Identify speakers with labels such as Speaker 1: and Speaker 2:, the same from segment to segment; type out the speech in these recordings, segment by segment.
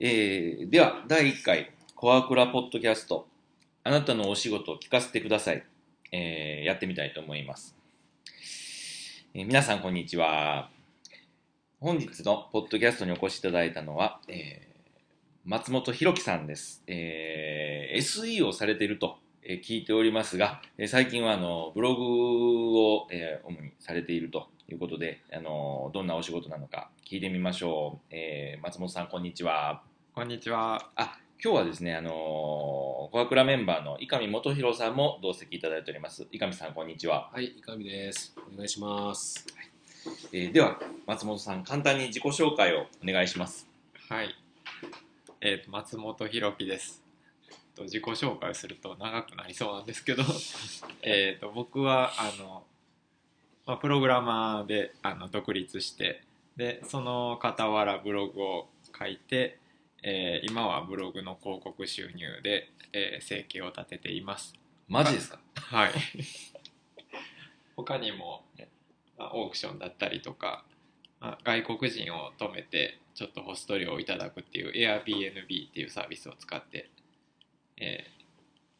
Speaker 1: えーでは、第1回、コアクラポッドキャスト、あなたのお仕事を聞かせてください。えーやってみたいと思います。えー皆さん、こんにちは。本日のポッドキャストにお越しいただいたのは、えー松本弘樹さんです。えー SE をされているとえー聞いておりますが、えー最近はあのブログを、えー主にされているということで、あのどんなお仕事なのか聞いてみましょう。えー松本さん、こんにちは。
Speaker 2: こんにちは。
Speaker 1: あ今日はですね、あのー、小倉メンバーの伊上元弘さんも同席いただいております。伊上さん、こんにちは。
Speaker 3: はい、いかみです。お願いします。
Speaker 1: えーでは、松本さん、簡単に自己紹介をお願いします。
Speaker 2: はい。えっ、と松本弘樹です。と自己紹介すると長くなりそうなんですけど、 えっと僕はあのまあプログラマーであの独立して、でその傍らブログを書いて、えー今はブログの広告収入で、えー生計を立てています。
Speaker 1: マジですか
Speaker 2: はい。 他にも、まあ、オークションだったりとか、まあ、外国人を泊めてちょっとホスト料をいただくっていう Airbnb っていうサービスを使って、え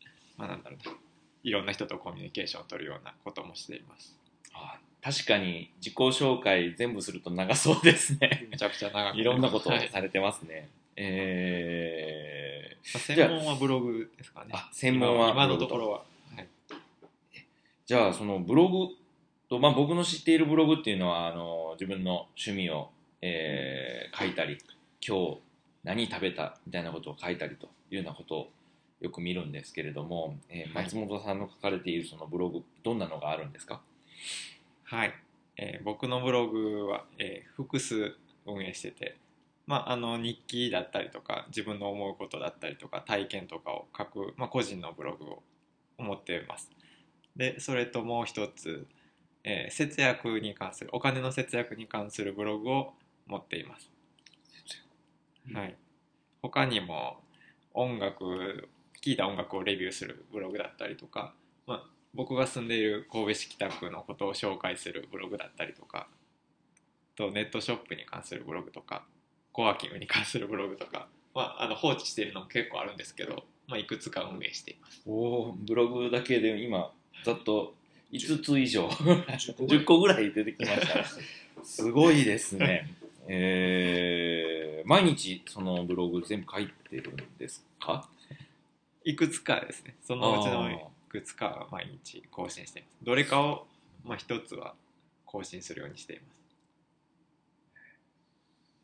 Speaker 2: ーまあなんだろうな、いろんな人とコミュニケーションを取るようなこともしています。
Speaker 1: あ確かに自己紹介全部すると長そうです ね。
Speaker 2: めちゃくちゃ長く
Speaker 1: いろんなことを
Speaker 2: はいま
Speaker 1: されてますね。え
Speaker 2: あ専門はブログですかね
Speaker 1: ー、。あ、専門は
Speaker 2: 今
Speaker 1: ブ
Speaker 2: の
Speaker 1: ログ
Speaker 2: ところは。はい
Speaker 1: じゃあ、そのブログと、まあ、僕の知っているブログっていうのは、あの自分の趣味を、えー書いたり、今日何食べたみたいなことを書いたりというようなことをよく見るんですけれども、えー
Speaker 2: はい
Speaker 1: 松本さんの書かれているそのブログ、どんなのがあるんですか
Speaker 2: はい、えー僕のブログは、えー複数運営してて、まあ、あの日記だったりとか自分の思うことだったりとか体験とかを書く、まあ、個人のブログを持ってますでそれともう一つ、えー節約に関するお金の節約に関するブログを持っています
Speaker 3: 約
Speaker 2: はい、他にも音楽聴いた音楽をレビューするブログだったりとか、まあ、僕が住んでいる神戸市北区のことを紹介するブログだったりとかとネットショップに関するブログとかコワーキングに関するブログとか、まあ、あの放置しているのも結構あるんですけど、まあ、いくつか運営しています
Speaker 1: おブログだけで今、ざっと5つ以上。
Speaker 3: 10
Speaker 1: 10個ぐらい出てきました。 すごいですね。えー毎日そのブログ全部書いてるんですか
Speaker 2: いくつかですねそのうちのいくつかは毎日更新していますどれかを、まあ、一つは更新するようにしています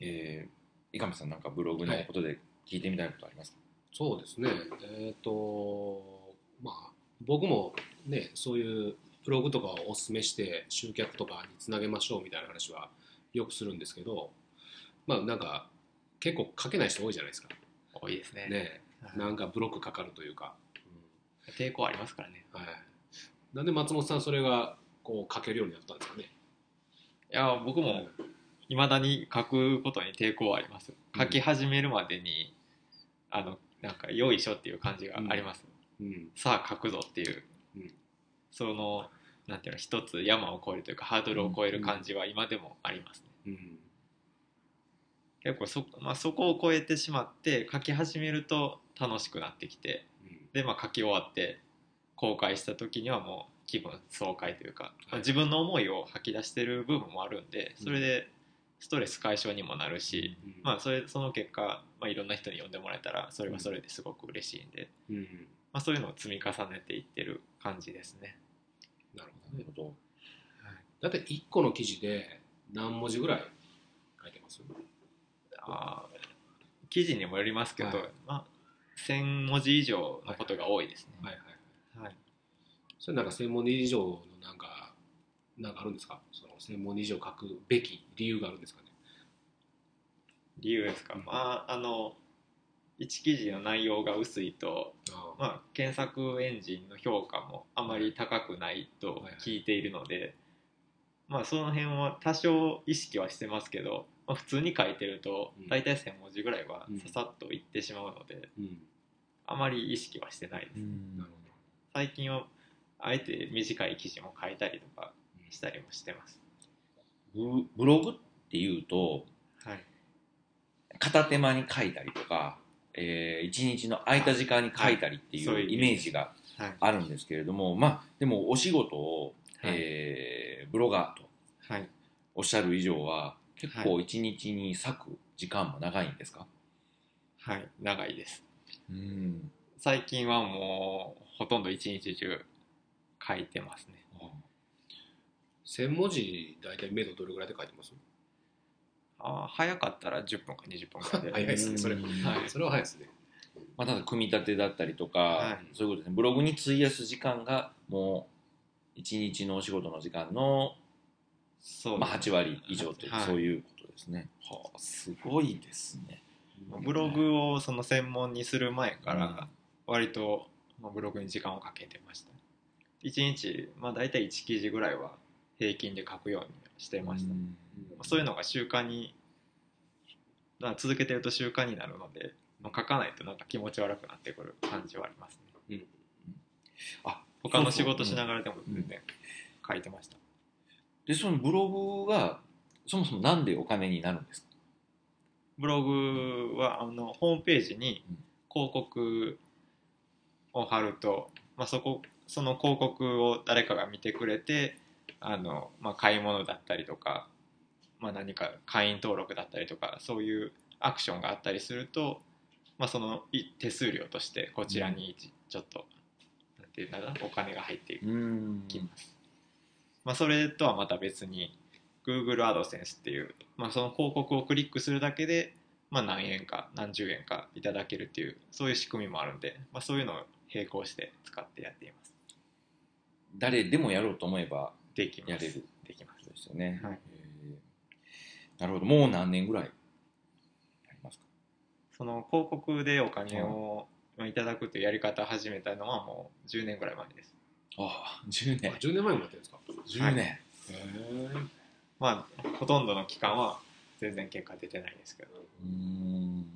Speaker 1: えー、井上さんなんかブログのことで聞いてみたいことありますか、
Speaker 3: そうですね。えっ、と、まあ、僕もね、そういうブログとかをお勧めして、集客とかにつなげましょうみたいな話はよくするんですけど、まあ、なんか、結構書けない人多いじゃないですか。
Speaker 2: 多いですね
Speaker 3: ね、
Speaker 2: はい
Speaker 3: なんかブロックかかるというか。
Speaker 2: 抵抗ありますからね
Speaker 3: うんはい、なんで松本さん、それがこう書けるようになったんですかね。
Speaker 2: いや僕もいまだに書くことに抵抗はあります書き始めるまでに、あのなんかよいしょっていう感じがあります、
Speaker 3: うん、
Speaker 2: さあ書くぞっていう、
Speaker 3: うん
Speaker 2: そのなんていうの一つ山を越えるというかハードルを越える感じは今でもありますね、
Speaker 3: うん、
Speaker 2: 結構そ,、まあ、そこを越えてしまって書き始めると楽しくなってきて
Speaker 3: うん、
Speaker 2: で、まあ、書き終わって公開した時にはもう気分爽快というか、ま
Speaker 3: は
Speaker 2: あ、
Speaker 3: い
Speaker 2: 自分の思いを吐き出してる部分もあるんでそれでストレス解消にもなるし、
Speaker 3: うん
Speaker 2: まあ、それその結果、まあ、いろんな人に読んでもらえたらそれはそれですごく嬉しいんで、
Speaker 3: うん、
Speaker 2: まあ、そういうのを積み重ねていってる感じですね。
Speaker 3: なるほどね。
Speaker 1: なるほ
Speaker 3: だって1個の記事で何文字ぐらい書いてます
Speaker 2: あー記事にもよりますけど、
Speaker 3: はい
Speaker 2: まあ、1000文字以上のことが多いですね。
Speaker 3: はいはい。
Speaker 2: はい
Speaker 3: それなんか専門以上のなんか、なんかあるんですかその専門以上書くべき理由があるんですかね。
Speaker 2: 理由ですか、
Speaker 3: うん
Speaker 2: まああの1記事の内容が薄いと、
Speaker 3: ああ
Speaker 2: まあ、検索エンジンの評価もあまり高くないと聞いているので、まあその辺は多少意識はしてますけど、まあ、普通に書いてると
Speaker 3: うん
Speaker 2: 大体1000文字ぐらいは
Speaker 3: うん
Speaker 2: ささっといってしまうので、
Speaker 3: うん、
Speaker 2: あまり意識はしてないです、
Speaker 3: なるほど。
Speaker 2: 最近はあえて短い記事も書いたりとか
Speaker 3: うん
Speaker 2: したりもしてます、
Speaker 1: ブブログっていうと、
Speaker 2: はい、
Speaker 1: 片手間に書いたりとか、えー、1日の空いた時間に書いたりって
Speaker 2: はいそう
Speaker 1: い
Speaker 2: いうう
Speaker 1: イ
Speaker 2: イ
Speaker 1: メ
Speaker 2: メ
Speaker 1: ー
Speaker 2: ー
Speaker 1: ジ
Speaker 2: ジ
Speaker 1: が
Speaker 2: はい
Speaker 1: あるんですけれども、まあ、でもお仕事を、
Speaker 2: はい
Speaker 1: えーブロガーと
Speaker 2: はい
Speaker 1: おっしゃる以上は、結構
Speaker 2: は
Speaker 1: 1日に割く時間も長いんですか、
Speaker 2: はい長いです
Speaker 1: うん
Speaker 2: 最近はもうほとんど一日中書いてますね
Speaker 3: 1000文字大体目処どれぐらいで書いてます
Speaker 2: あー早かったら10分か20分かで
Speaker 3: 早いですねそれ
Speaker 1: うん
Speaker 2: はい
Speaker 3: それは早いですね
Speaker 1: まあ、ただ組み立てだったりとか、
Speaker 2: はい
Speaker 1: そういうことですねブログに費やす時間がもう1日のお仕事の時間の、
Speaker 2: そう
Speaker 1: まあ、
Speaker 2: です
Speaker 1: 8割以上という、
Speaker 2: はい
Speaker 1: そういうことですね、はあ、すごいですね
Speaker 2: ブログをその専門にする前から割とまあブログに時間をかけてました1日まあ大体1記事ぐらいは平均で書くようにしてました、
Speaker 1: うん
Speaker 2: そういうのが習慣にまあ続けてると習慣になるので、まあ、書かないとなんか気持ち悪くなってくる感じはありますね
Speaker 1: あ
Speaker 2: 他の
Speaker 1: そ
Speaker 2: 仕
Speaker 1: うそう
Speaker 2: 事しながらでも全然書いてました、
Speaker 1: でそのブログがそもそもなんでお金になるんですか
Speaker 2: ブログはあのホームページに
Speaker 1: うん
Speaker 2: 広告を貼ると、まあ、そこその広告を誰かが見てくれてあの、まあ、買い物だったりとか、まあ、何か会員登録だったりとかそういうアクションがあったりすると、まあ、そのい手数料としてこちらにちちょっとなんていうんだろうなお金が入っていく
Speaker 1: うん
Speaker 2: きます、まあ、それとはまた別に Google AdSense っていう、まあ、その広告をクリックするだけで、まあ、何円か何十円かいただけるっていうそういう仕組みもあるんで、まあ、そういうのを並行して使ってやっています
Speaker 1: 誰でもやろうと思えば
Speaker 2: できます
Speaker 1: やれる
Speaker 2: できます
Speaker 1: ですよね、
Speaker 2: はい
Speaker 1: えーなるほどもう何年ぐらいやりますか
Speaker 2: その広告でお金をまあいただくというやり方を始めたのはもう10年ぐらい前です
Speaker 1: ああ10
Speaker 3: あ
Speaker 1: 年
Speaker 3: 10年前もやってるんですか
Speaker 1: 10年、
Speaker 3: へ
Speaker 2: まあほとんどの期間は全然結果出てないですけど
Speaker 1: うーん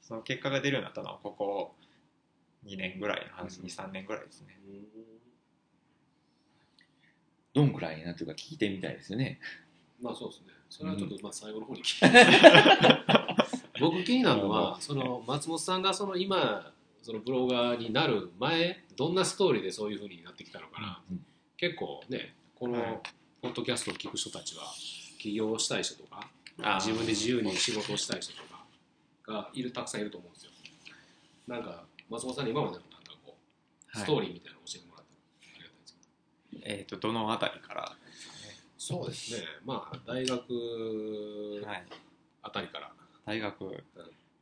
Speaker 2: その結果が出るようになったのはここ2年ぐらいの話23年ぐらいですね
Speaker 1: どんくらいになってるか聞いてみたいですよね
Speaker 3: まあそうですねそれはちょっとまあ最後の方に聞い て僕気になるのはその松本さんがその今そのブロガーになる前どんなストーリーでそういうふうになってきたのかな、
Speaker 1: うん
Speaker 3: 結構ねこ
Speaker 2: はい
Speaker 3: のポッドキャストを聞く人たちは起業をしたい人とか
Speaker 2: あ
Speaker 3: 自分で自由に仕事をしたい人とかがいるたくさんいると思うんですよなんか松本さんに今までのなんかこうストー
Speaker 2: リー、
Speaker 3: リーみたいなの教えてもらったらありがたいですけど
Speaker 2: えー、とどのあたりから
Speaker 3: そうですねまあ大学
Speaker 2: はい、
Speaker 3: あたりから、
Speaker 2: 大学、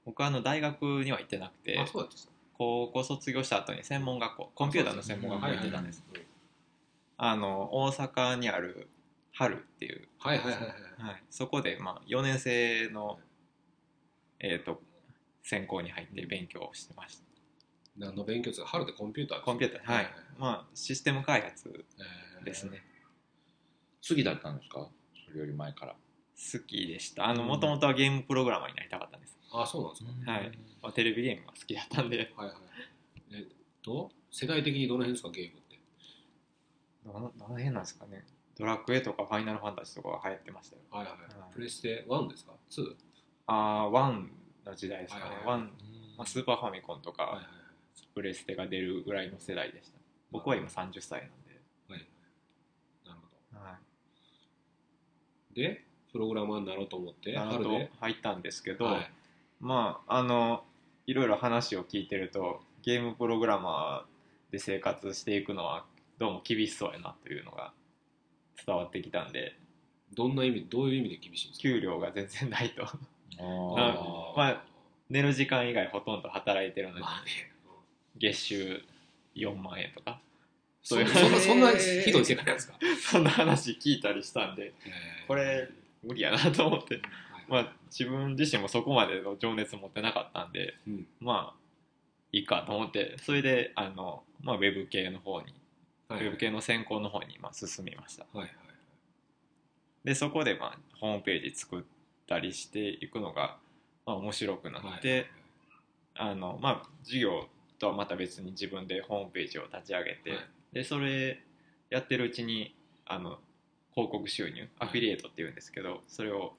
Speaker 2: 僕はあの大学には行ってなくて
Speaker 3: あそうだったんですね
Speaker 2: 高校卒業した後に専門学校コンピューターの専門学校行ってたんです、あの大阪にある春っていう、
Speaker 3: はいはいはいはい。
Speaker 2: はい、そこでまあ4年生の、えー、と専攻に入って勉強をしてました、
Speaker 3: 何の勉強ですか春でコンピューターです
Speaker 2: コンピューターはい、まあシステム開発
Speaker 3: えー
Speaker 2: ですね、
Speaker 1: 次だったんですかそれより前から
Speaker 2: 好きでしたあのもともとはゲームプログラマーになりたかったんです、
Speaker 3: あ、そうなんです
Speaker 2: はいまあ、テレビゲームが好きだったんで
Speaker 3: か。はいはい。えっと、世代的にどの辺ですか、ゲームって。
Speaker 2: どのどの辺なんですかねドラクエとかファイナルファンタジーとかが流行ってましたよ
Speaker 3: はいはい
Speaker 2: は
Speaker 3: はいい。プレステ1ですか ?2? は
Speaker 2: ああワンの時代ですかね、
Speaker 3: はいはい
Speaker 2: ワン、まあ、スーパーファミコンとか、
Speaker 3: はいはい
Speaker 2: プレステが出るぐらいの世代でした僕は今30歳なんで、
Speaker 3: はい。なるほ
Speaker 2: は
Speaker 3: ど。で、プログラマーになろうと思って、
Speaker 2: い、なる
Speaker 3: 春
Speaker 2: ほど
Speaker 3: で。
Speaker 2: 入ったんですけど、
Speaker 3: はい
Speaker 2: まああのいろいろ話を聞いてるとゲームプログラマーで生活していくのはどうも厳しそうやなというのが伝わってきたんで
Speaker 3: どんな意味、どういう意味で厳しいんですか
Speaker 2: 給料が全然ない と
Speaker 1: あ
Speaker 2: あ
Speaker 1: ー
Speaker 2: まあ寝る時間以外ほとんど働いてるのに
Speaker 3: まあね。うん
Speaker 2: 月収4万円とか
Speaker 3: そ
Speaker 2: そうい
Speaker 3: ん
Speaker 2: う
Speaker 3: な、そんなそんなひどい世界なんですか
Speaker 2: そんな話聞いたりしたんでこれ無理やなと思ってまあ自分自身もそこまでの情熱持ってなかったんで
Speaker 3: うん
Speaker 2: まあいいかと思ってそれであの、まあ、ウェブ系の方に、
Speaker 3: はい
Speaker 2: ウェブ系の専攻の方にまあ進みました
Speaker 3: はいはい。
Speaker 2: でそこで、まあ、ホームページ作ったりしていくのが、まあ、面白くな
Speaker 3: はい
Speaker 2: って、あのまあ授業とはまた別に自分でホームページを立ち上げて、
Speaker 3: はい
Speaker 2: でそれやってるうちにあの広告収入アフィリエイトっていうんですけどそれを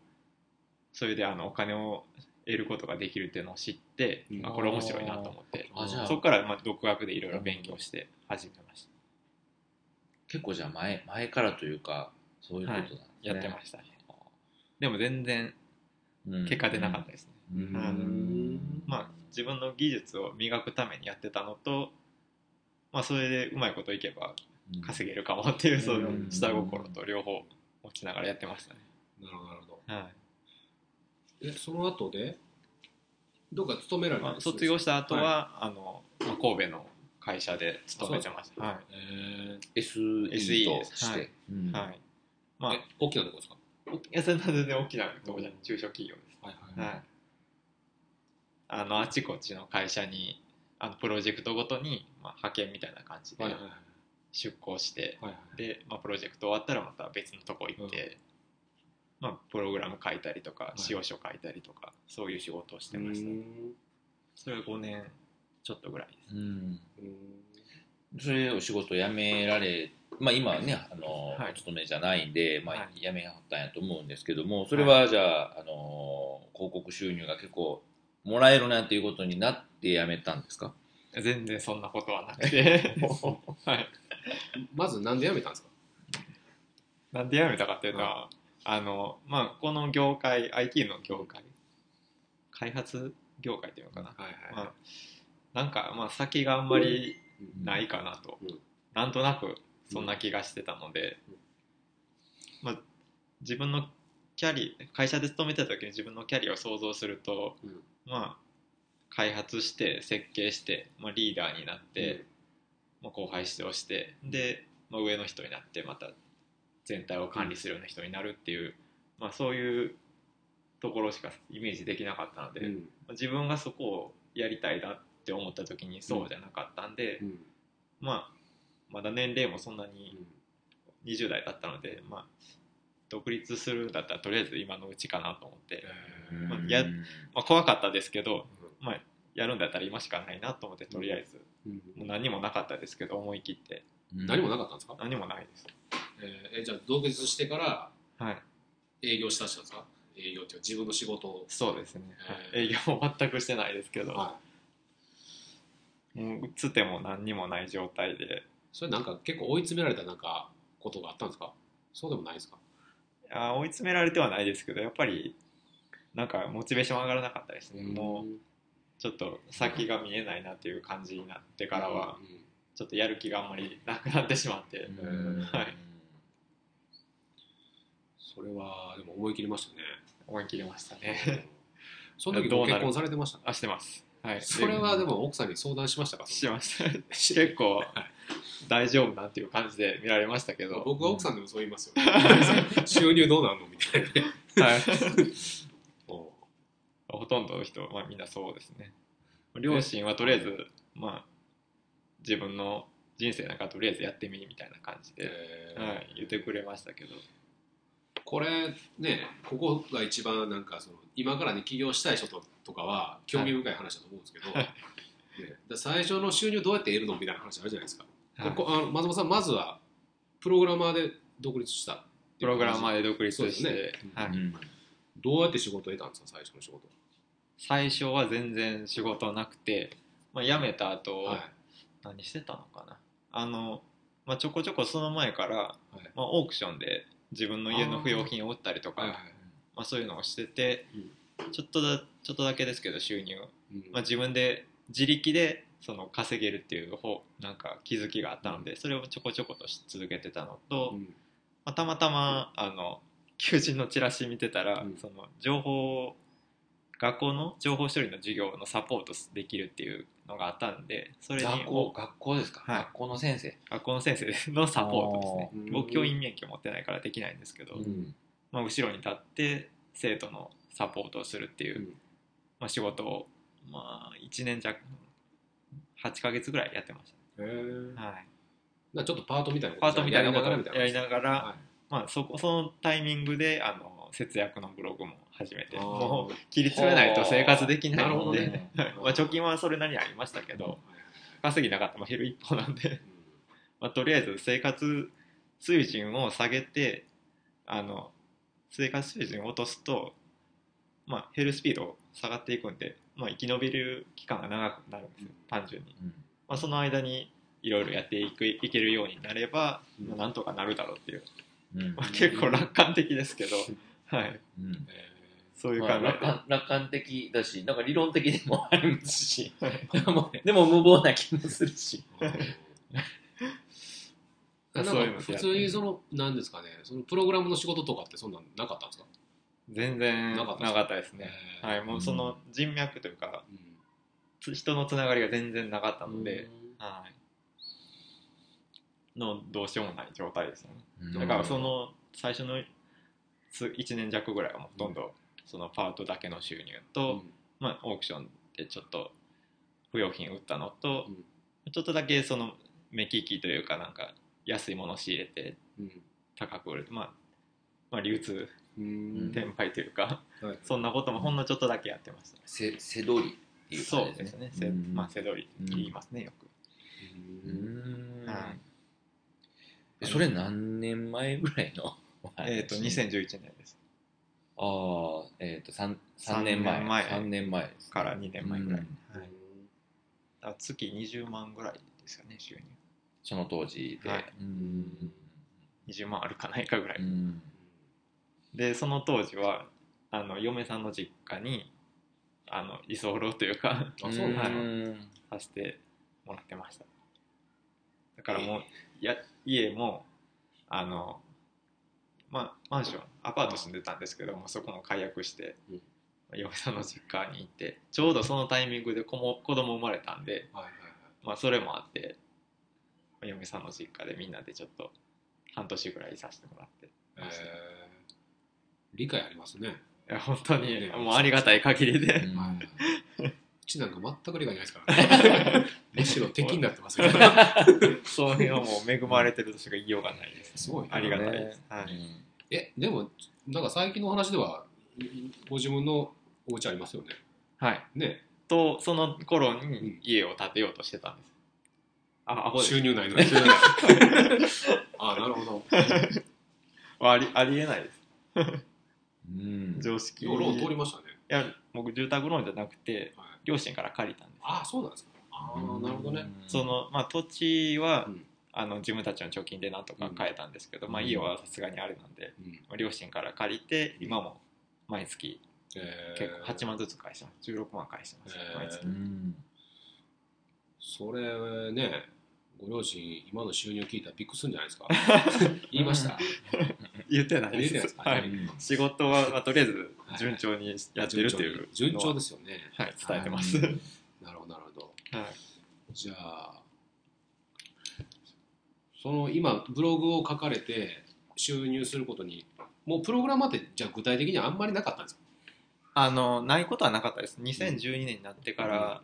Speaker 2: それであのお金を得ることができるっていうのを知って、
Speaker 3: うん
Speaker 2: あこれ面白いなと思って
Speaker 1: あじゃあ
Speaker 2: そこからまあ独学でいろいろ勉強して始めました、
Speaker 1: 結構じゃあ前前からというかそういうことなんですね、
Speaker 2: やってましたねでも全然
Speaker 1: うん
Speaker 2: 結果出なかったですね、
Speaker 1: うん
Speaker 2: う
Speaker 3: ん
Speaker 2: まあ自分の技術を磨くためにやってたのとまあそれでうまいこといけば
Speaker 1: うん
Speaker 2: 稼げるかもっていう
Speaker 3: うん
Speaker 2: その下心と両方持ちながらやってましたね、
Speaker 3: なるほどなるほど
Speaker 2: はい
Speaker 3: えその後でどっか勤められた
Speaker 2: ま
Speaker 3: ん
Speaker 2: あ、
Speaker 3: です
Speaker 2: 卒業した後は、あのまあ、神戸の会社で勤めてました、は
Speaker 3: えー
Speaker 1: SE とし
Speaker 2: は
Speaker 1: て
Speaker 2: いいはいまあ
Speaker 3: え大きなとこですか
Speaker 2: いやそれは全然大きなとこじゃない中小企業で
Speaker 3: はい
Speaker 2: す、はい、あのあちこちの会社にあのプロジェクトごとに、まあ、派遣みたいな感じで
Speaker 3: はいはいはい
Speaker 2: 出向して、
Speaker 3: はいはい
Speaker 2: で、まあ、プロジェクト終わったらまた別のとこ行って、まあ、プログラム書いたりとか
Speaker 3: い
Speaker 2: 使用書書いたりとか、そういう仕事をしてました、
Speaker 3: うーん
Speaker 2: それは5年ちょっとぐらいで
Speaker 1: う
Speaker 2: す、
Speaker 1: ん
Speaker 3: うーん
Speaker 1: それお仕事辞められまあ今はねあの、
Speaker 2: はい
Speaker 1: お勤めじゃないんで、まあ
Speaker 2: は、
Speaker 1: 辞めはったんやと思うんですけどもそれはじゃあ、あの広告収入が結構もらえるなっていうことになって辞めたんですか
Speaker 2: 全然そんなことはなくて はい
Speaker 3: まずなんで辞めたんですか
Speaker 2: なんで辞めたかっていうのは、あのまあこの業界 IT の業界開発業界っていうのかな、
Speaker 3: はいはい
Speaker 2: まあ、なんかまあ先があんまりないかなと、
Speaker 3: うん
Speaker 2: なんとなくそんな気がしてたので、
Speaker 3: うん
Speaker 2: まあ、自分のキャリ会社で勤めてた時に自分のキャリアを想像すると、
Speaker 3: うん
Speaker 2: まあ開発して設計して、まあ、リーダーになって、まあ、後輩指導してで、まあ、上の人になってまた全体を管理するような人になるっていう、まあ、そういうところしかイメージできなかったので、
Speaker 3: うん
Speaker 2: まあ自分がそこをやりたいなって思った時にそうじゃなかったんで、
Speaker 3: うん
Speaker 2: まあ、まだ年齢もそんな
Speaker 3: う
Speaker 2: に
Speaker 3: ん
Speaker 2: 20代だったので、まあ、独立するんだったらとりあえず今のうちかなと思って、
Speaker 3: えー
Speaker 2: まあやまあ、怖かったですけど
Speaker 3: うん
Speaker 2: やるんだったら今しかないなと思ってとりあえず、
Speaker 3: うん
Speaker 2: もう何もなかったですけど思い切って
Speaker 3: 何も
Speaker 1: な
Speaker 3: なかったんですか、
Speaker 2: 何もないです。
Speaker 3: えーえじゃあ独立してから
Speaker 2: はい
Speaker 3: 営業しだしたんですか営業っていうか自分の仕事を
Speaker 2: そうですね、
Speaker 3: は
Speaker 2: 営業も全くしてないですけど、
Speaker 3: はい
Speaker 2: もうつても何にもない状態で
Speaker 3: それなんか結構追い詰められたなんかことがあったんですかそうでもないですか
Speaker 2: あー追い詰められてはないですけどやっぱりなんかモチベーション上がらなかったですね、もうちょっと先が見えないなっていう感じになって
Speaker 3: う
Speaker 2: からは、
Speaker 3: ん
Speaker 2: ちょっとやる気があんまりなくなってしまって、はい
Speaker 3: それはでも思い切りましたね
Speaker 2: 思い切りましたね
Speaker 3: その時
Speaker 2: ど
Speaker 3: も
Speaker 2: うな
Speaker 3: 結
Speaker 2: る
Speaker 3: 婚されてましたか
Speaker 2: あしてますはい
Speaker 3: それはでも奥さんに相談しましたか
Speaker 2: でしてました 結構大丈夫なっていう感じで見られましたけど、
Speaker 3: 僕は奥さんでもそう言いますよ収入どうなんのみたいなね
Speaker 2: はい
Speaker 3: おう
Speaker 2: ほとんどの人、まあ、みんなそうですね。両親はとりあえず、まあ、自分の人生なんかとりあえずやってみみたいな感じで、
Speaker 3: えー
Speaker 2: はい、言ってくれましたけど、
Speaker 3: これねここが一番なんかその今からね起業したい人ととかは興味深い話だと思うんですけど、
Speaker 2: はい
Speaker 3: ねだ最初の収入どうやって得るのみたいな話あるじゃないですか、
Speaker 2: はい
Speaker 3: ここあの松本さんまずはプログラマーで独立した
Speaker 2: プログラマ
Speaker 3: ー
Speaker 2: ーで独立し
Speaker 3: そうで
Speaker 2: て、
Speaker 3: すね
Speaker 2: はい
Speaker 3: どうやって仕事を得たんですか最初の仕事
Speaker 2: 最初は全然仕事なくて、まあ、辞めた後、
Speaker 3: はい
Speaker 2: 何してたのかなあの、まあ、ちょこちょこその前から、
Speaker 3: い
Speaker 2: まあ、オークションで自分の家の不用品を売ったりとか
Speaker 3: はいはい
Speaker 2: まあ、そういうのをしてて、ちょっとだちょっとだけですけど収入
Speaker 3: うん
Speaker 2: まあ、自分で自力でその稼げるっていう方なんか気づきがあったのでそれをちょこちょことし続けてたのと、
Speaker 3: うん
Speaker 2: まあ、たまたまあの求人のチラシ見てたら、
Speaker 3: うん
Speaker 2: その情報を学校の情報処理の授業のサポートできるっていうのがあったんでそれに
Speaker 1: 学校学校ですか、
Speaker 2: はい
Speaker 1: 学校の先生
Speaker 2: 学校の先生のサポートですね
Speaker 3: あー
Speaker 2: 僕教員免許持ってないからできないんですけど、
Speaker 1: ん
Speaker 2: まあ、後ろに立って生徒のサポートをするっていう、
Speaker 3: うん
Speaker 2: まあ、仕事を、まあ、1年弱8ヶ月ぐらいやってまし
Speaker 3: へー
Speaker 2: た、はい、
Speaker 3: なんかちょっとパートみたいな
Speaker 2: パートみたいなこ
Speaker 3: やり
Speaker 2: とをやり
Speaker 3: ながら
Speaker 2: なが
Speaker 3: みたいな
Speaker 2: ら、
Speaker 3: はい
Speaker 2: まあ、そこそのタイミングであの節約のブログも始めて
Speaker 3: あー
Speaker 2: もう切り詰めないと生活できない
Speaker 3: なる
Speaker 2: の
Speaker 3: ほど
Speaker 2: で、
Speaker 3: ね
Speaker 2: まあ、貯金はそれなりにありましたけど
Speaker 3: はい
Speaker 2: 稼ぎなかった、まあ、減る一方なんで、
Speaker 3: うん
Speaker 2: まあ、とりあえず生活水準を下げてあの生活水準を落とすとまあ、減るスピード下がっていくんで、まあ、生き延びる期間が長くなるんですよ単純に、
Speaker 1: うん
Speaker 2: まあ、その間にいろいろやっていくいけるようになれば、
Speaker 3: うん
Speaker 2: まあなんとかなるだろうっていう、
Speaker 1: うん
Speaker 2: まあ、結構楽観的ですけど、はい、
Speaker 1: うん
Speaker 2: そういう考
Speaker 1: まあ、
Speaker 2: え、
Speaker 1: 楽観楽観的だし、なんか理論的でもあります し、
Speaker 2: はい
Speaker 1: でもでも無謀な気もするし。
Speaker 3: えー
Speaker 2: そういう
Speaker 3: なん
Speaker 2: の
Speaker 3: か
Speaker 2: です
Speaker 3: 普
Speaker 2: よ
Speaker 3: 通にその何ですかねそのプログラムの仕事とかってそんなんなかったんですか、
Speaker 2: 全然
Speaker 3: な
Speaker 2: な
Speaker 3: か
Speaker 2: か
Speaker 3: ったです
Speaker 2: ったですね、
Speaker 3: えー
Speaker 2: はい、もうその人脈というか
Speaker 3: うん
Speaker 2: つ人のつながりが全然なかったので、
Speaker 3: うん
Speaker 2: はい、のどうしようもない状態ですよね
Speaker 1: うん
Speaker 2: だからその最初の1年弱ぐらいはもうほとんどそのパートだけの収入と、まあ、オークションでちょっと不用品売ったのと、ちょっとだけその目利きというかなんか安いものを仕入れて
Speaker 3: うん
Speaker 2: 高く売る、まあ、まあ流通
Speaker 3: うん
Speaker 1: うん
Speaker 2: 転売というか、
Speaker 3: はい
Speaker 2: そんなこともほんのちょっとだけやってました
Speaker 1: せ背取りっていう
Speaker 2: そ
Speaker 1: 感
Speaker 2: う
Speaker 1: じ
Speaker 2: で
Speaker 1: ですす
Speaker 2: ね
Speaker 1: ね。、
Speaker 2: せ
Speaker 1: うん
Speaker 2: まあ、せどりって言いますねよく、
Speaker 3: う
Speaker 1: うんん
Speaker 2: はい
Speaker 1: えそれ何年前ぐらいのお話
Speaker 2: えっ、と2011年です
Speaker 1: ああ、えっ、と 3, 3年前。
Speaker 2: 三
Speaker 1: 3年
Speaker 2: 年前
Speaker 1: 前ですね
Speaker 2: から2年前ぐらい、
Speaker 1: うん
Speaker 2: はい、だから月20万ぐらいですかね収入
Speaker 1: その当時で。
Speaker 2: はい
Speaker 1: うん
Speaker 2: 20万あるかないかぐらい、
Speaker 1: うん
Speaker 2: でその当時はあの嫁さんの実家にあの居候というか
Speaker 3: あそうな
Speaker 1: う
Speaker 2: の
Speaker 1: ん
Speaker 2: させてもらってましただからもう、や家もあの、ま、マンションアパート住んでたんですけどもそこも解約して、
Speaker 3: うん
Speaker 2: 嫁さんの実家に行ってちょうどそのタイミングで子も子供生まれたんで、
Speaker 3: はいはい
Speaker 2: まあ、それもあって嫁さんの実家でみんなでちょっと半年ぐらいいさせてもらって
Speaker 3: はいえー理解ありますね、
Speaker 2: いや本当にもうありがたい限りで、
Speaker 1: うん
Speaker 3: はいうちなんか全く理解ないですからねむしろ敵になってますよね
Speaker 2: その辺はもう恵まれてるとしか言いようがないです、
Speaker 3: すごいな
Speaker 2: ありがたいです、は
Speaker 1: う
Speaker 2: い、
Speaker 1: ん
Speaker 3: えでもなんか最近のお話ではご自分のお家ありますよね
Speaker 2: はい、
Speaker 3: ね
Speaker 2: とその頃
Speaker 3: うん
Speaker 2: に家を建てようとしてたんですあアホです
Speaker 3: 収入ないのに あなるほど
Speaker 2: ありありえないです
Speaker 1: うん
Speaker 2: 常識
Speaker 3: ようローン通り
Speaker 2: い
Speaker 3: ましたね、
Speaker 2: や僕住宅ローンじゃなくて
Speaker 3: はい、
Speaker 2: 両親から借りたんです
Speaker 3: ああそうなんですかああなるほどね、。
Speaker 2: そのまあ土地は、
Speaker 3: うん
Speaker 2: あの自分たちの貯金でなんとか買えたんですけど、
Speaker 1: うん
Speaker 2: まあ家はさすがにあれなんで
Speaker 3: うん
Speaker 2: まあ両親から借りて今も毎月
Speaker 3: えー
Speaker 2: 結構8万ずつ返してます16万返してます、
Speaker 3: えー
Speaker 2: 毎月
Speaker 1: うん。
Speaker 3: それねご両親今の収入聞いたらびっくりするんじゃないですか 言いました
Speaker 2: 言ってない
Speaker 3: 言ってないで
Speaker 2: ですす、
Speaker 3: か
Speaker 2: は
Speaker 1: う
Speaker 2: い、
Speaker 1: ん
Speaker 2: 仕事は、まあ、とりあえず順調にやってるっていうのは
Speaker 3: 順調ですよね
Speaker 2: はい、伝えてます、はい
Speaker 3: なるほどなるほどじゃあその今ブログを書かれて収入することにもうプログラマーってじゃあ具体的にはあんまりなかったんですか
Speaker 2: あのないことはなかったです2012年になってから、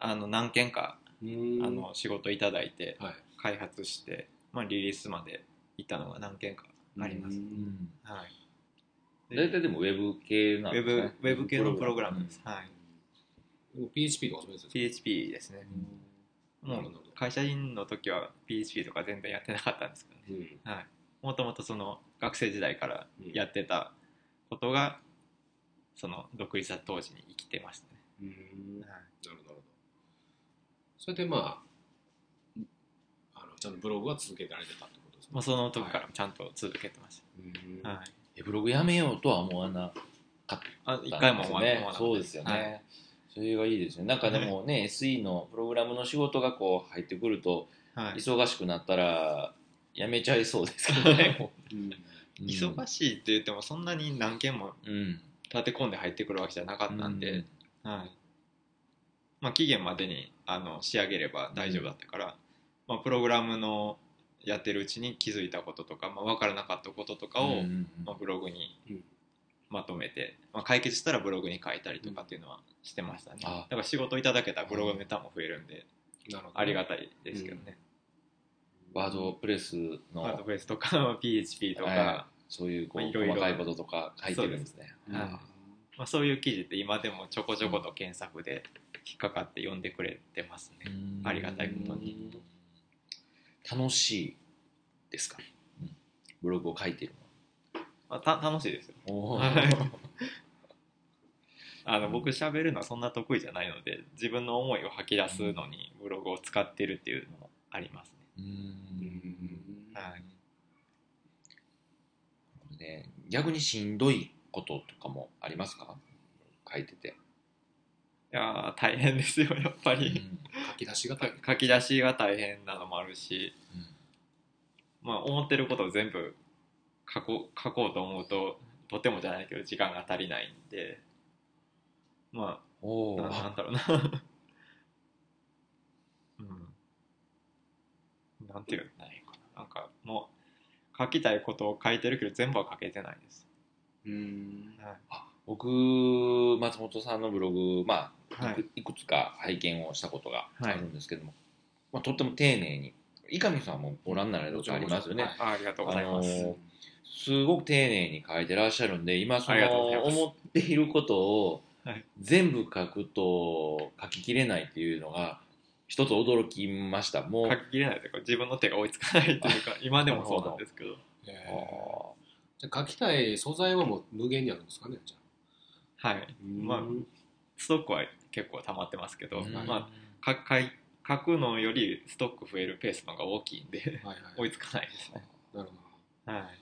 Speaker 2: あの何件か
Speaker 3: う
Speaker 2: あ
Speaker 3: ーん
Speaker 2: の仕事いただいて
Speaker 3: はい
Speaker 2: 開発して、まあ、リリースまで行ったのが何件かあります、
Speaker 1: う
Speaker 3: う
Speaker 1: んん
Speaker 2: はい
Speaker 1: 大体でもウェブ系なん
Speaker 2: ウェ
Speaker 1: です
Speaker 2: ブ
Speaker 1: ね。
Speaker 2: ウェブ系のプログラムです。はい。
Speaker 3: でも PHP とかそういうやつですか
Speaker 2: PHP ですね。も
Speaker 3: なる
Speaker 2: う
Speaker 3: ほどなるほど
Speaker 2: 会社員の時は PHP とか全然やってなかったんですけどね。
Speaker 3: うん
Speaker 2: はい。もともとその学生時代からやってたことが、その独立した当時に生きてましたね。
Speaker 3: うーんなる
Speaker 2: はい
Speaker 3: ほどなるほどそれでまああのちゃんとブログは続けられてたってことですね
Speaker 2: もうその時からちゃんと続けてまし
Speaker 3: うーん
Speaker 2: た。はい。
Speaker 1: えブログやめようとは思わなかっ
Speaker 2: あ、
Speaker 1: た
Speaker 2: 一
Speaker 1: ん
Speaker 2: 回も
Speaker 1: です
Speaker 2: 思わな
Speaker 1: ね
Speaker 2: か。った
Speaker 1: そうですよね。。それがいいですね。なんかでもね、SE のプログラムの仕事がこう入ってくると、
Speaker 2: はい。はい
Speaker 1: 忙しくなったら、やめちゃいそうですけどね。
Speaker 3: うん
Speaker 2: 忙
Speaker 1: し
Speaker 2: しいって言ってもそんなに何件も
Speaker 1: い。うん。
Speaker 2: 立て込んで入ってくるわけじゃなかったんで、はいまあ、期限までにあの仕上げれば大丈夫だったから、まあ、プログラムのやってるうちに気づいたこととか、まあ、分からなかったこととかを、
Speaker 1: うん
Speaker 2: まあ、ブログに
Speaker 3: うん
Speaker 2: まとめて、まあ、解決したらブログに書いたりとかっていうのはしてましたね、
Speaker 1: ああ
Speaker 2: だから仕事いただけたらブログネタも増えるんで、
Speaker 3: なるほど
Speaker 2: ありがたいですけどね、
Speaker 1: ワードプレス
Speaker 2: ワード
Speaker 1: の
Speaker 2: プレスとか PHP とか、
Speaker 1: はそういうこう
Speaker 2: いろいろ
Speaker 1: 細かいこととか書いてるんですね。
Speaker 3: うん
Speaker 2: はいまあ、そういう記事って今でもちょこちょこと検索で引っかかって読んでくれてますね、
Speaker 1: うん
Speaker 2: ありがたいこと
Speaker 3: に
Speaker 1: 楽しいですか、うんブログを書いてる
Speaker 2: まあ、た楽しいですよ
Speaker 1: の。お
Speaker 2: はいあの僕喋るのはそんな得意じゃないので自分の思いを吐き出すのにブログを使ってるっていうのもあります
Speaker 1: う
Speaker 2: ね。
Speaker 1: ん
Speaker 2: はい
Speaker 1: ね逆にしんどいこととかもありますか書いてて、
Speaker 2: いやー大変ですよ やっぱり、
Speaker 3: 書き出しが大変
Speaker 2: 書き出しが大変なのもあるし、まあ、思ってることを全部書こう書こうと思うととてもじゃないけど時間が足りないんでま
Speaker 1: お
Speaker 2: あ
Speaker 1: お
Speaker 2: ななんだ ろうなうんなんていうのないかななんかもう書きたいことを書いてるけど全部は書けてないです、
Speaker 3: うん
Speaker 1: 僕松本さんのブログ、まあ
Speaker 2: はいい
Speaker 1: く、いくつか拝見をしたことがあるんですけども、まあ、とっても丁寧に伊上さんもご覧になられたことありますよね
Speaker 3: もちろんもちろんは
Speaker 2: あ
Speaker 3: い
Speaker 2: ありがとうございます、
Speaker 1: あのーすごく丁寧に書いてらっしゃるんで今そ
Speaker 2: ありがとうござい
Speaker 1: の
Speaker 2: ます
Speaker 1: 思っていることを
Speaker 2: はい
Speaker 1: 全部書くと書ききれないっていうのが一つ驚きましたもう
Speaker 2: 書ききれないというか自分の手が追いつかないとい うか今でもそうなんですけど
Speaker 3: え
Speaker 1: あ
Speaker 3: ー
Speaker 1: ー
Speaker 3: じゃあ書きたい素材はもう無限にあるんですかねじゃ
Speaker 2: はい
Speaker 3: あうん
Speaker 2: まあストックは結構溜まってますけど、
Speaker 1: うん
Speaker 2: まあ、かかい書くのよりストック増えるペースの方が大きいんで
Speaker 3: はいは
Speaker 2: 追
Speaker 3: い
Speaker 2: いつかないですね、
Speaker 3: なるほど
Speaker 2: はい、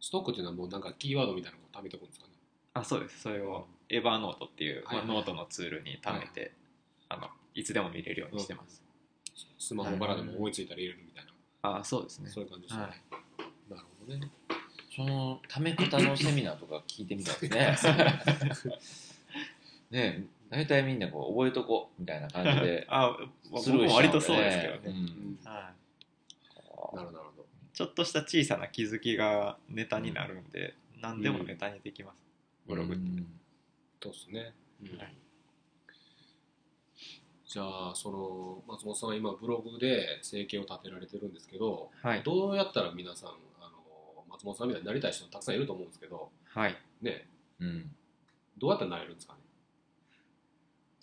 Speaker 3: ストックっていうのはもうなんかキーワードみたいなのを貯めておくんですかね
Speaker 2: あそうですそれをエヴァノートっていう、
Speaker 3: はいはい
Speaker 2: まあ、ノートのツールに貯めて、い、あのいつでも見れるようにしてます、
Speaker 3: スマホからでも思いついたら入れるみたいな、
Speaker 2: あそう ですね
Speaker 3: そういう感じですよね、なるほどね
Speaker 1: そのため方のセミナーとか聞いてみたいですね ね大体みんなこう覚えとこうみたいな感じ で
Speaker 2: あ僕
Speaker 1: スルー
Speaker 2: も
Speaker 1: しちゃ
Speaker 2: 割
Speaker 1: ん
Speaker 2: とそうですけどね、
Speaker 1: うん
Speaker 2: はい
Speaker 3: なるほどなるほど
Speaker 2: ちょっとした小さな気づきがネタになるんで、何でもネタにできます、ブログって、
Speaker 3: そうですね、うん
Speaker 2: はい
Speaker 3: じゃあその松本さんは今ブログで生計を立てられてるんですけど
Speaker 2: はい
Speaker 3: どうやったら皆さんあの松本さんみたいになりたい人たくさんいると思うんですけど
Speaker 2: はい
Speaker 3: ね
Speaker 1: うんうん
Speaker 3: どうやったらなれるんですかね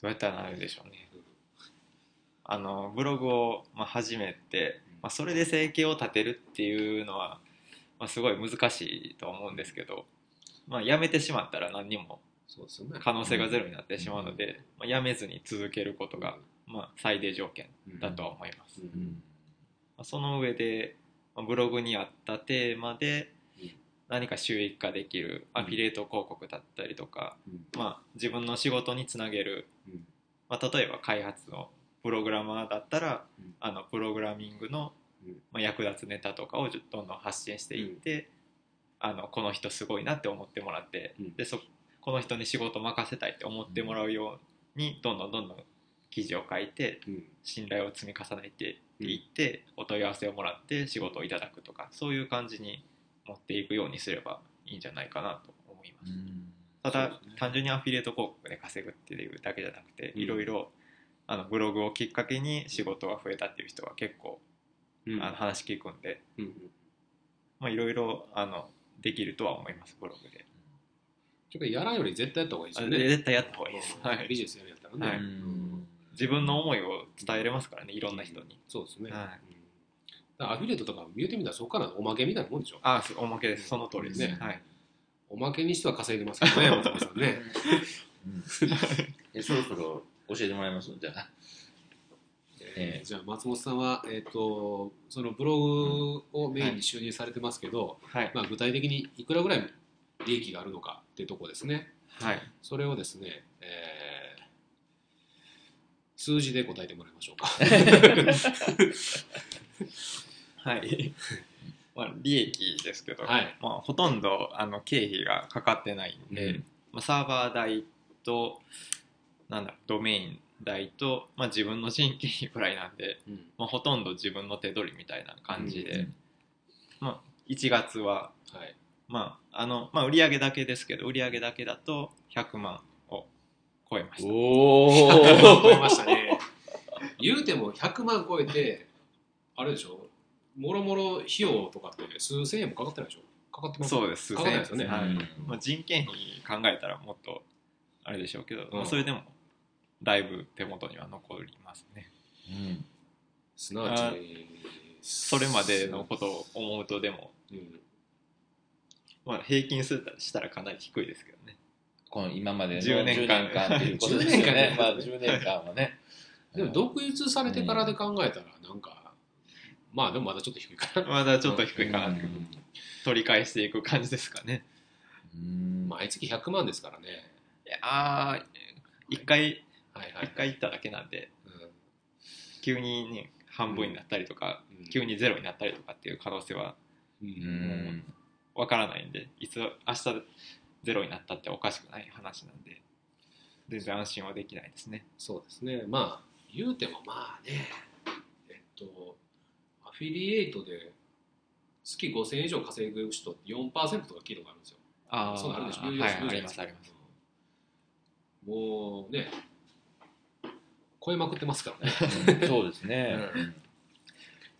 Speaker 2: どうやったらなるでしょうねあのブログを、まあ、始めて、まあ、それで生計を立てるっていうのは、まあ、すごい難しいと思うんですけど、まあ、やめてしまったら何にも
Speaker 3: そうですよね
Speaker 2: 可能性がゼロになってしまうので、まあ、やめずに続けることが、まあ、最低条件
Speaker 3: うん
Speaker 2: だとは思います、
Speaker 3: う
Speaker 2: ま
Speaker 1: うんん
Speaker 2: あ、その上で、まあ、ブログにあったテーマで
Speaker 3: うん
Speaker 2: 何か収益化できるアフィリエイト広告だったりとか、
Speaker 3: うん
Speaker 2: まあ、自分の仕事につなげる
Speaker 3: うん
Speaker 2: まあ、例えば開発のプログラマーだったら、
Speaker 3: うん
Speaker 2: あのプログラミングの
Speaker 3: うん、
Speaker 2: まあ、役立つネタとかをちょどんどん発信していって、あのこの人すごいなって思ってもらって、
Speaker 3: うん
Speaker 2: でそこの人に仕事任せたいって思ってもらうように、どんどんどんどん記事を書いて
Speaker 3: うん
Speaker 2: 信頼を積み重ねていって、お問い合わせをもらって仕事をいただくとかそういう感じに持っていくようにすればいいんじゃないかなと思います。
Speaker 1: うん
Speaker 2: ただ、
Speaker 3: そうですね
Speaker 2: 単純にアフィリエイト広告で稼ぐっていうだけじゃなくて、
Speaker 3: うん
Speaker 2: いろいろあのブログをきっかけに仕事が増えたっていう人は結構、
Speaker 3: うん
Speaker 2: あの話聞くんで、
Speaker 3: うんうん
Speaker 2: まあ、いろいろあのできるとは思いますブログで、
Speaker 3: ちょっとやらんより絶対やった方がいいですよ
Speaker 2: あ
Speaker 3: ね
Speaker 2: 絶対やった方がいいです、
Speaker 3: うん
Speaker 2: はい
Speaker 3: ビジネスやるんやったらね、
Speaker 2: はい
Speaker 3: うん
Speaker 2: 自分の思いを伝えれますからねいろんな人に、
Speaker 3: そうですね、
Speaker 2: はい
Speaker 3: うんだからアフィリエイトとか見えてみたらそこからおまけみたいなもんでしょ
Speaker 2: ああそうおまけですその通りです、
Speaker 3: ね
Speaker 2: はい、
Speaker 3: おまけにしては稼いでますけどね松本さん ね
Speaker 1: うんえそろそろ教えてもらいますじゃあ
Speaker 3: え
Speaker 1: ええ
Speaker 3: ーじゃあ松本さんは、えー、とそのブログをメインに就任されてますけど、
Speaker 2: はい
Speaker 3: まあ、具体的にいくらぐらい利益があるのかっていうところですね
Speaker 2: はい
Speaker 3: それをですね、えー数字で答えてもらいましょうか
Speaker 2: はい、まあ、利益ですけど、
Speaker 3: はい
Speaker 2: まあ、ほとんどあの経費がかかってないんで、
Speaker 3: うん
Speaker 2: まあ、サーバー代となんだドメイン代と、まあ、自分の人件費くらいなんで、
Speaker 3: うん
Speaker 2: まあ、ほとんど自分の手取りみたいな感じで、
Speaker 1: うん
Speaker 2: まあ、1月は、
Speaker 3: はい
Speaker 2: まああのまあ、売上だけですけど売上だけだと100万を超えました
Speaker 1: お
Speaker 3: 超えまし たね言うても100万超えてあれでしょもろもろ費用とかって数千円もかかってないでしょかかってます
Speaker 2: そうです
Speaker 3: かかんないですよね
Speaker 2: は
Speaker 1: う
Speaker 2: い
Speaker 1: ん
Speaker 2: まあ、人件費考えたらもっとあれでしょうけど、ま
Speaker 3: う
Speaker 2: あ、
Speaker 3: ん
Speaker 2: それでもだいぶ手元には残りますね
Speaker 1: うん
Speaker 3: すなわち
Speaker 2: あそれまでのことを思うとでも
Speaker 3: うん
Speaker 2: まあ、平均するしたらかなり低いですけどね。
Speaker 1: この今までの
Speaker 2: 10年間
Speaker 1: 10っていうことですよね。まあ10年間はね。
Speaker 3: でも独立されてからで考えたらなんか、まあでもまだちょっと低いかな、
Speaker 2: まだちょっと低いかな、
Speaker 1: うん
Speaker 2: 取り返していく感じですかね
Speaker 1: うん
Speaker 3: 毎月100万ですからね
Speaker 2: いやー一回
Speaker 3: はいはい
Speaker 2: 一回行っただけなんで
Speaker 3: う
Speaker 2: 急にね半分になったりとか、
Speaker 3: んうん
Speaker 2: 急にゼロになったりとかっていう可能性は
Speaker 3: うん
Speaker 1: うん
Speaker 2: わからないんでいつ明日ゼロになったっておかしくない話なんで全然安心はできないですね
Speaker 3: そうですねまあ言うてもまあねえっとアフィリエイトで月5000円以上稼ぐ人って4%とか聞いたことあるんですよ
Speaker 2: あ
Speaker 3: そうなるでしょ
Speaker 2: は
Speaker 3: 有
Speaker 2: い
Speaker 3: 料する
Speaker 2: あ
Speaker 3: じゃ
Speaker 2: り
Speaker 3: ないで
Speaker 2: ますす
Speaker 3: か
Speaker 2: あります
Speaker 3: もうね超えまくってますからね、
Speaker 1: そうですね。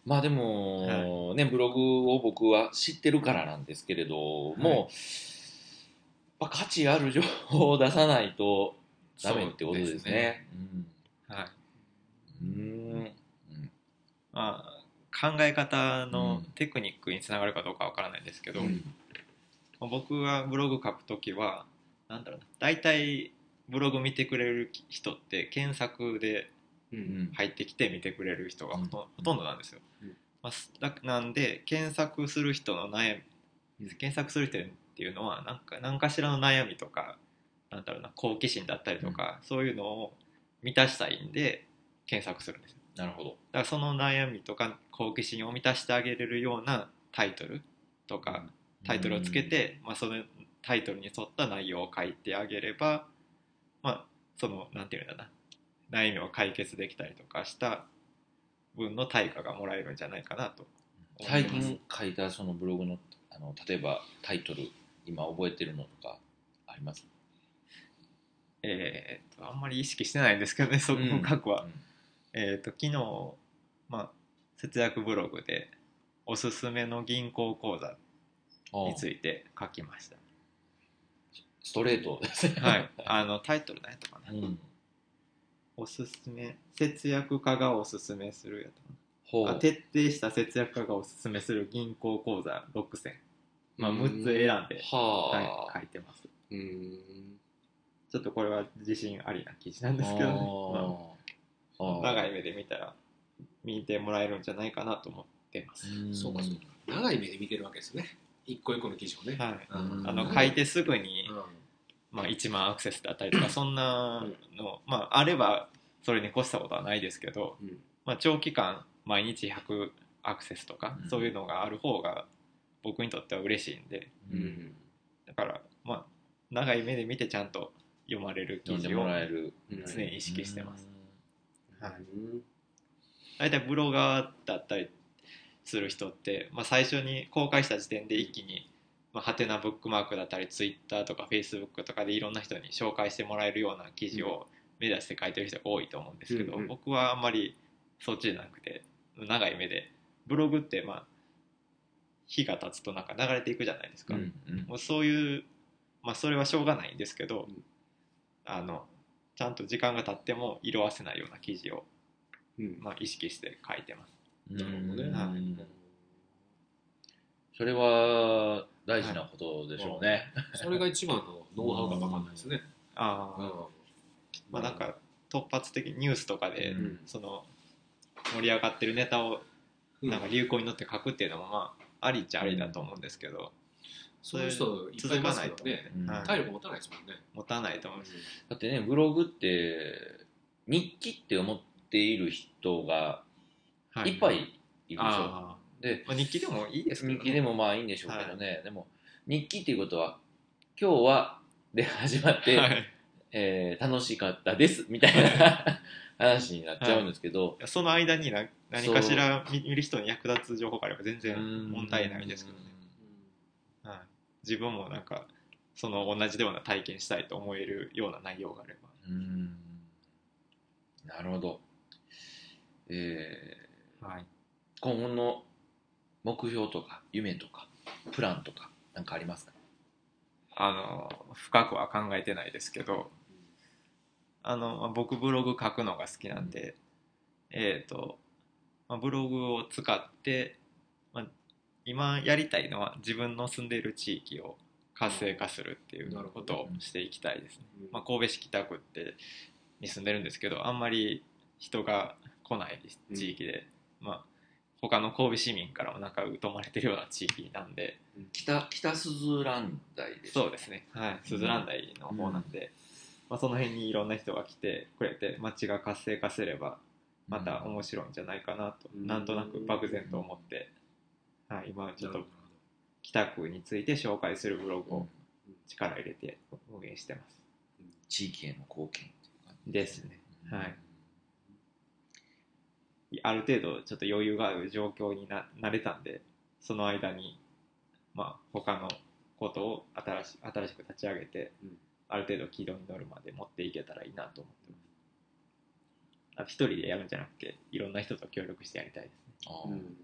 Speaker 1: まあでも、ね、ブログを僕は知ってるからなんですけれども、やっぱ価値ある情報を出さないとダメってことですね。
Speaker 2: はい
Speaker 1: うんうん
Speaker 2: まあ考え方
Speaker 1: う
Speaker 2: の
Speaker 1: ん
Speaker 2: テクニックにつながるかどうかわからないですけど、
Speaker 1: うん
Speaker 2: まあ僕がブログ書くときはなんだろうな大体ブログ見てくれる人って検索で
Speaker 3: う
Speaker 1: うんん
Speaker 2: 入ってきて見てくれる人がほと,、ん、ほとんどなんですよ、
Speaker 3: うん
Speaker 2: まあすだなんで検索する人の悩み
Speaker 3: うん
Speaker 2: 検索する人っていうのは何か何かしらの悩みとかなんだろうな好奇心だったりとか、そういうのを満たしたいんで検索するんですよ
Speaker 1: なるほど。
Speaker 2: だからその悩みとか好奇心を満たしてあげれるようなタイトルとか、タイトルをつけて、まあ、そのタイトルに沿った内容を書いてあげれば、まあ、そのなんていうんだろうな悩みを解決できたりとかした分の対価がもらえるんじゃないかなと
Speaker 1: うん、最近書いたそのブログのあの例えばタイトル今覚えてるのとかあります
Speaker 2: えーっとあんまり意識してないんですけどねそこの過去は、
Speaker 1: うん
Speaker 2: えーっと昨日、まあ、節約ブログでおすすめの銀行口座
Speaker 1: あ
Speaker 2: に
Speaker 1: あ
Speaker 2: ついて書きまし
Speaker 1: ストレートですね。
Speaker 2: た、はい、あのタイトル何やったかな、
Speaker 1: うん、
Speaker 2: おすすめ節約家がおすすめするやつ
Speaker 1: ほ
Speaker 2: あ
Speaker 1: う
Speaker 2: 徹底した節約家がおすすめする銀行口座6選、まあ、6つ選んで、
Speaker 1: は
Speaker 2: は
Speaker 1: あ、
Speaker 2: い、書いてます
Speaker 3: うん
Speaker 2: ちょっとこれは自信ありな記事なん
Speaker 1: あ
Speaker 2: ですけどね、
Speaker 1: あ
Speaker 2: まあ
Speaker 1: あ
Speaker 2: 長い目で見たら見てもらえるんじゃないかなと思ってます、
Speaker 1: ん
Speaker 3: そうかそうか長い目で見てるわけですね一個一個の記事をね、
Speaker 2: はい、
Speaker 1: うん
Speaker 2: あ
Speaker 1: う
Speaker 2: の
Speaker 1: ん
Speaker 2: 書いてすぐに
Speaker 3: う、ん
Speaker 2: まあ、1万アクセスだったり とかそんなの、まあ、あればそれに越したことはないですけど、
Speaker 3: うん
Speaker 2: まあ、長期間毎日100アクセスとか、
Speaker 1: うん
Speaker 2: そういうのがある方が僕にとっては嬉しいんで
Speaker 1: うん、
Speaker 2: だからまあ長い目で見てちゃんと読まれる記
Speaker 1: 聞いて
Speaker 2: 事を
Speaker 1: もらえる
Speaker 3: うん
Speaker 2: 常に意識してます。はい
Speaker 3: うん
Speaker 2: 大体ブロガーだったりする人って、まあ、最初に公開した時点で一気にまあハテナブックマークだったりツイッターとかフェイスブックとかでいろんな人に紹介してもらえるような記事を目指して書いてる人が多いと思うんですけど、
Speaker 3: うんうん
Speaker 2: 僕はあんまりそっちじゃなくて長い目でブログってまあ日が経つとなんか流れていくじゃないですか、
Speaker 1: うんうん
Speaker 2: もうそういう、まあ、それはしょうがないんですけど、
Speaker 3: うん
Speaker 2: あのちゃんと時間が経っても色あせないような記事を、
Speaker 3: うん
Speaker 2: まあ、意識して書いてます。
Speaker 1: うん
Speaker 3: なるほどね、
Speaker 2: はい
Speaker 1: うんそれは大事なことでしょうね。
Speaker 3: それが一番のノウハウが分かんないですね、
Speaker 2: あーまあ、なんか突発的にニュースとかで、
Speaker 1: うん
Speaker 2: その盛り上がってるネタを
Speaker 3: うん
Speaker 2: なんか流行に乗って書くっていうのもまあありっちゃありだと思うんですけど、
Speaker 3: そういう人いっぱいいますけどね
Speaker 1: うん
Speaker 2: はい
Speaker 3: 体力持たないですもんね、
Speaker 2: 持たないと思うし、
Speaker 1: だってね、ブログって日記って思っている人が
Speaker 2: はい
Speaker 1: っぱいいるでしょ。
Speaker 2: あ
Speaker 1: で
Speaker 2: ー、まあ、日記でもいいですけど
Speaker 1: 日記でもまあいいんでしょうけどね、でも日記っていうことは、今日はで始まって、
Speaker 2: はい
Speaker 1: えー楽しかったですみたいな話になっちゃうんですけど、
Speaker 2: その間にな何かしら見見る人に役立つ情報があれば全然問題ないですけどね、はい、自分もなんかその同じような体験したいと思えるような内容があれば
Speaker 1: うんなるほど。え
Speaker 2: はい、
Speaker 1: ー、今後の目標とか夢とかプランとかなんかありますか
Speaker 2: あの深くは考えてないですけどあのまあ僕ブログ書くのが好きなんで、えっ、と、まあ、ブログを使って、まあ、今やりたいのは自分の住んでいる地域を活性化するっていうことをしていきたいですね、
Speaker 3: うん
Speaker 2: まあ、神戸市北区ってに住んでるんですけどあんまり人が来ない地域で、まあ他の神戸市民からもなんか疎まれてるような地域なんで
Speaker 1: 北北鈴蘭台です
Speaker 2: そうですねはい鈴蘭台の方なんで、まあ、その辺にいろんな人が来てくれて街が活性化すればまた面白いんじゃないかなと、
Speaker 3: うん
Speaker 2: なんとなく漠然と思って、はい、今ちょっと北区について紹介するブログ
Speaker 1: う
Speaker 2: を
Speaker 1: ん
Speaker 2: 力入れて運営してます。
Speaker 1: 地域への貢献っていう感じ
Speaker 2: ですね。
Speaker 1: うん
Speaker 2: はいある程度ちょっと余裕がある状況にななれたんで、その間に、まあ、他のことを新し新しく立ち上げて、
Speaker 3: うん
Speaker 2: ある程度軌道に乗るまで持っていけたらいいなと思ってます。あ一人でやるんじゃなくて、いろんな人と協力してやりたいです ね。
Speaker 1: あ
Speaker 3: う
Speaker 1: ー
Speaker 3: ん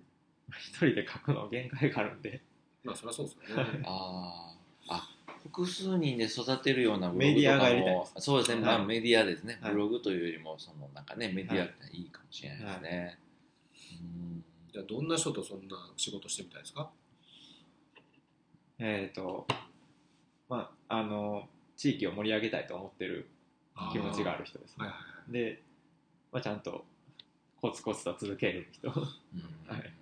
Speaker 2: 一人で書くの限界があるんで、
Speaker 3: まあそりゃそうです よね。
Speaker 1: あーあ複数人で育てるようなブログとかも
Speaker 2: メディアがやりたいで
Speaker 1: そうですね、ま
Speaker 2: は
Speaker 1: あ
Speaker 2: い
Speaker 1: メディアですね、
Speaker 2: はい
Speaker 1: ブログというよりもそのなんかねメディアっていいかもしれないですね、うん
Speaker 3: じゃあどんな人とそんな仕事してみたいですか
Speaker 2: えっ、と、まあ、あの、地域を盛り上げたいと思ってる気持ちがある人ですね
Speaker 3: はいはい
Speaker 2: で、まあ、ちゃんとコツコツと続ける人
Speaker 1: うん
Speaker 2: はい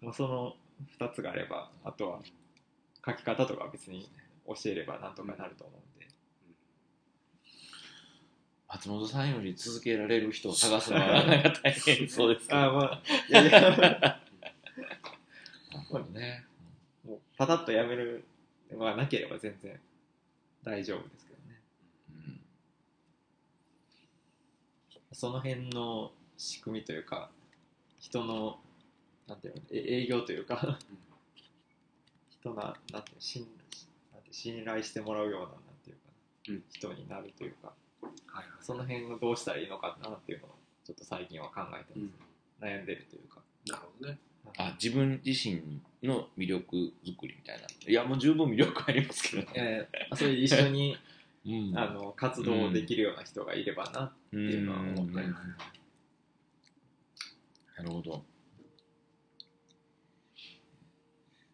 Speaker 2: もうその2つがあればあとは書き方とかは別に教えればなんとかなると思うんで、
Speaker 1: 松本さんより続けられる人を探すのはなんか大変そうですけど
Speaker 2: ああまあ いやいや
Speaker 1: なるほどね
Speaker 2: もうパタッとやめるのがなければ全然大丈夫ですけどね
Speaker 1: うん
Speaker 2: その辺の仕組みというか人のなんていうのえ営業というか
Speaker 3: うん
Speaker 2: 人ななんていうの信なんて信頼してもらうようななんていうかな、
Speaker 3: うん
Speaker 2: 人になるというか
Speaker 3: はいはい
Speaker 2: その辺をどうしたらいいのかなっていうのをちょっと最近は考えて
Speaker 3: う
Speaker 2: ます
Speaker 3: ん、
Speaker 2: 悩んでるというか
Speaker 3: なるほどね。
Speaker 1: あ自分自身の魅力作りみたいないやもう十分魅力ありますけどね、
Speaker 2: えーそれで一緒に
Speaker 1: うん
Speaker 2: あの活動できるような人がいればな、
Speaker 1: って
Speaker 2: いうのは思った
Speaker 3: はいはい
Speaker 1: なるほど。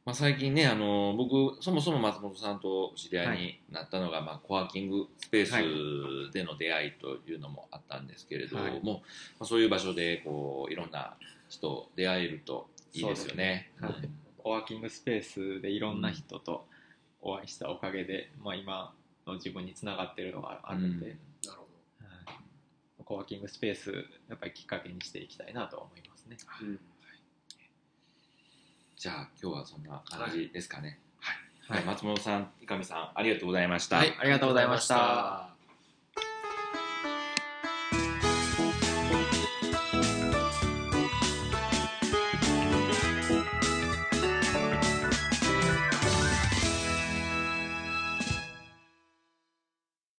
Speaker 1: まあ、最近ね、あの僕、そもそも松本さんとお知り合いになったのが、まあ、コワーキングスペ
Speaker 2: はい
Speaker 1: ースでの出会いというのもあったんですけれども、
Speaker 2: はい
Speaker 1: まあ、そういう場所でこういろんな人と出会えるといいですよね。
Speaker 2: はいコワーキングスペースでいろんな人とお会いしたおかげで、まあ、今の自分につながってるのがあるんで、
Speaker 1: うん
Speaker 3: なるほ
Speaker 2: はいコワーキングスペースやっぱりきっかけにしていきたいなと思いますね
Speaker 3: ど。うん
Speaker 1: じゃあ今日はそんな感じですかね。はい
Speaker 2: はい
Speaker 1: 松本さん、三上さん、ありがとうございました。
Speaker 2: はいありがとうございました。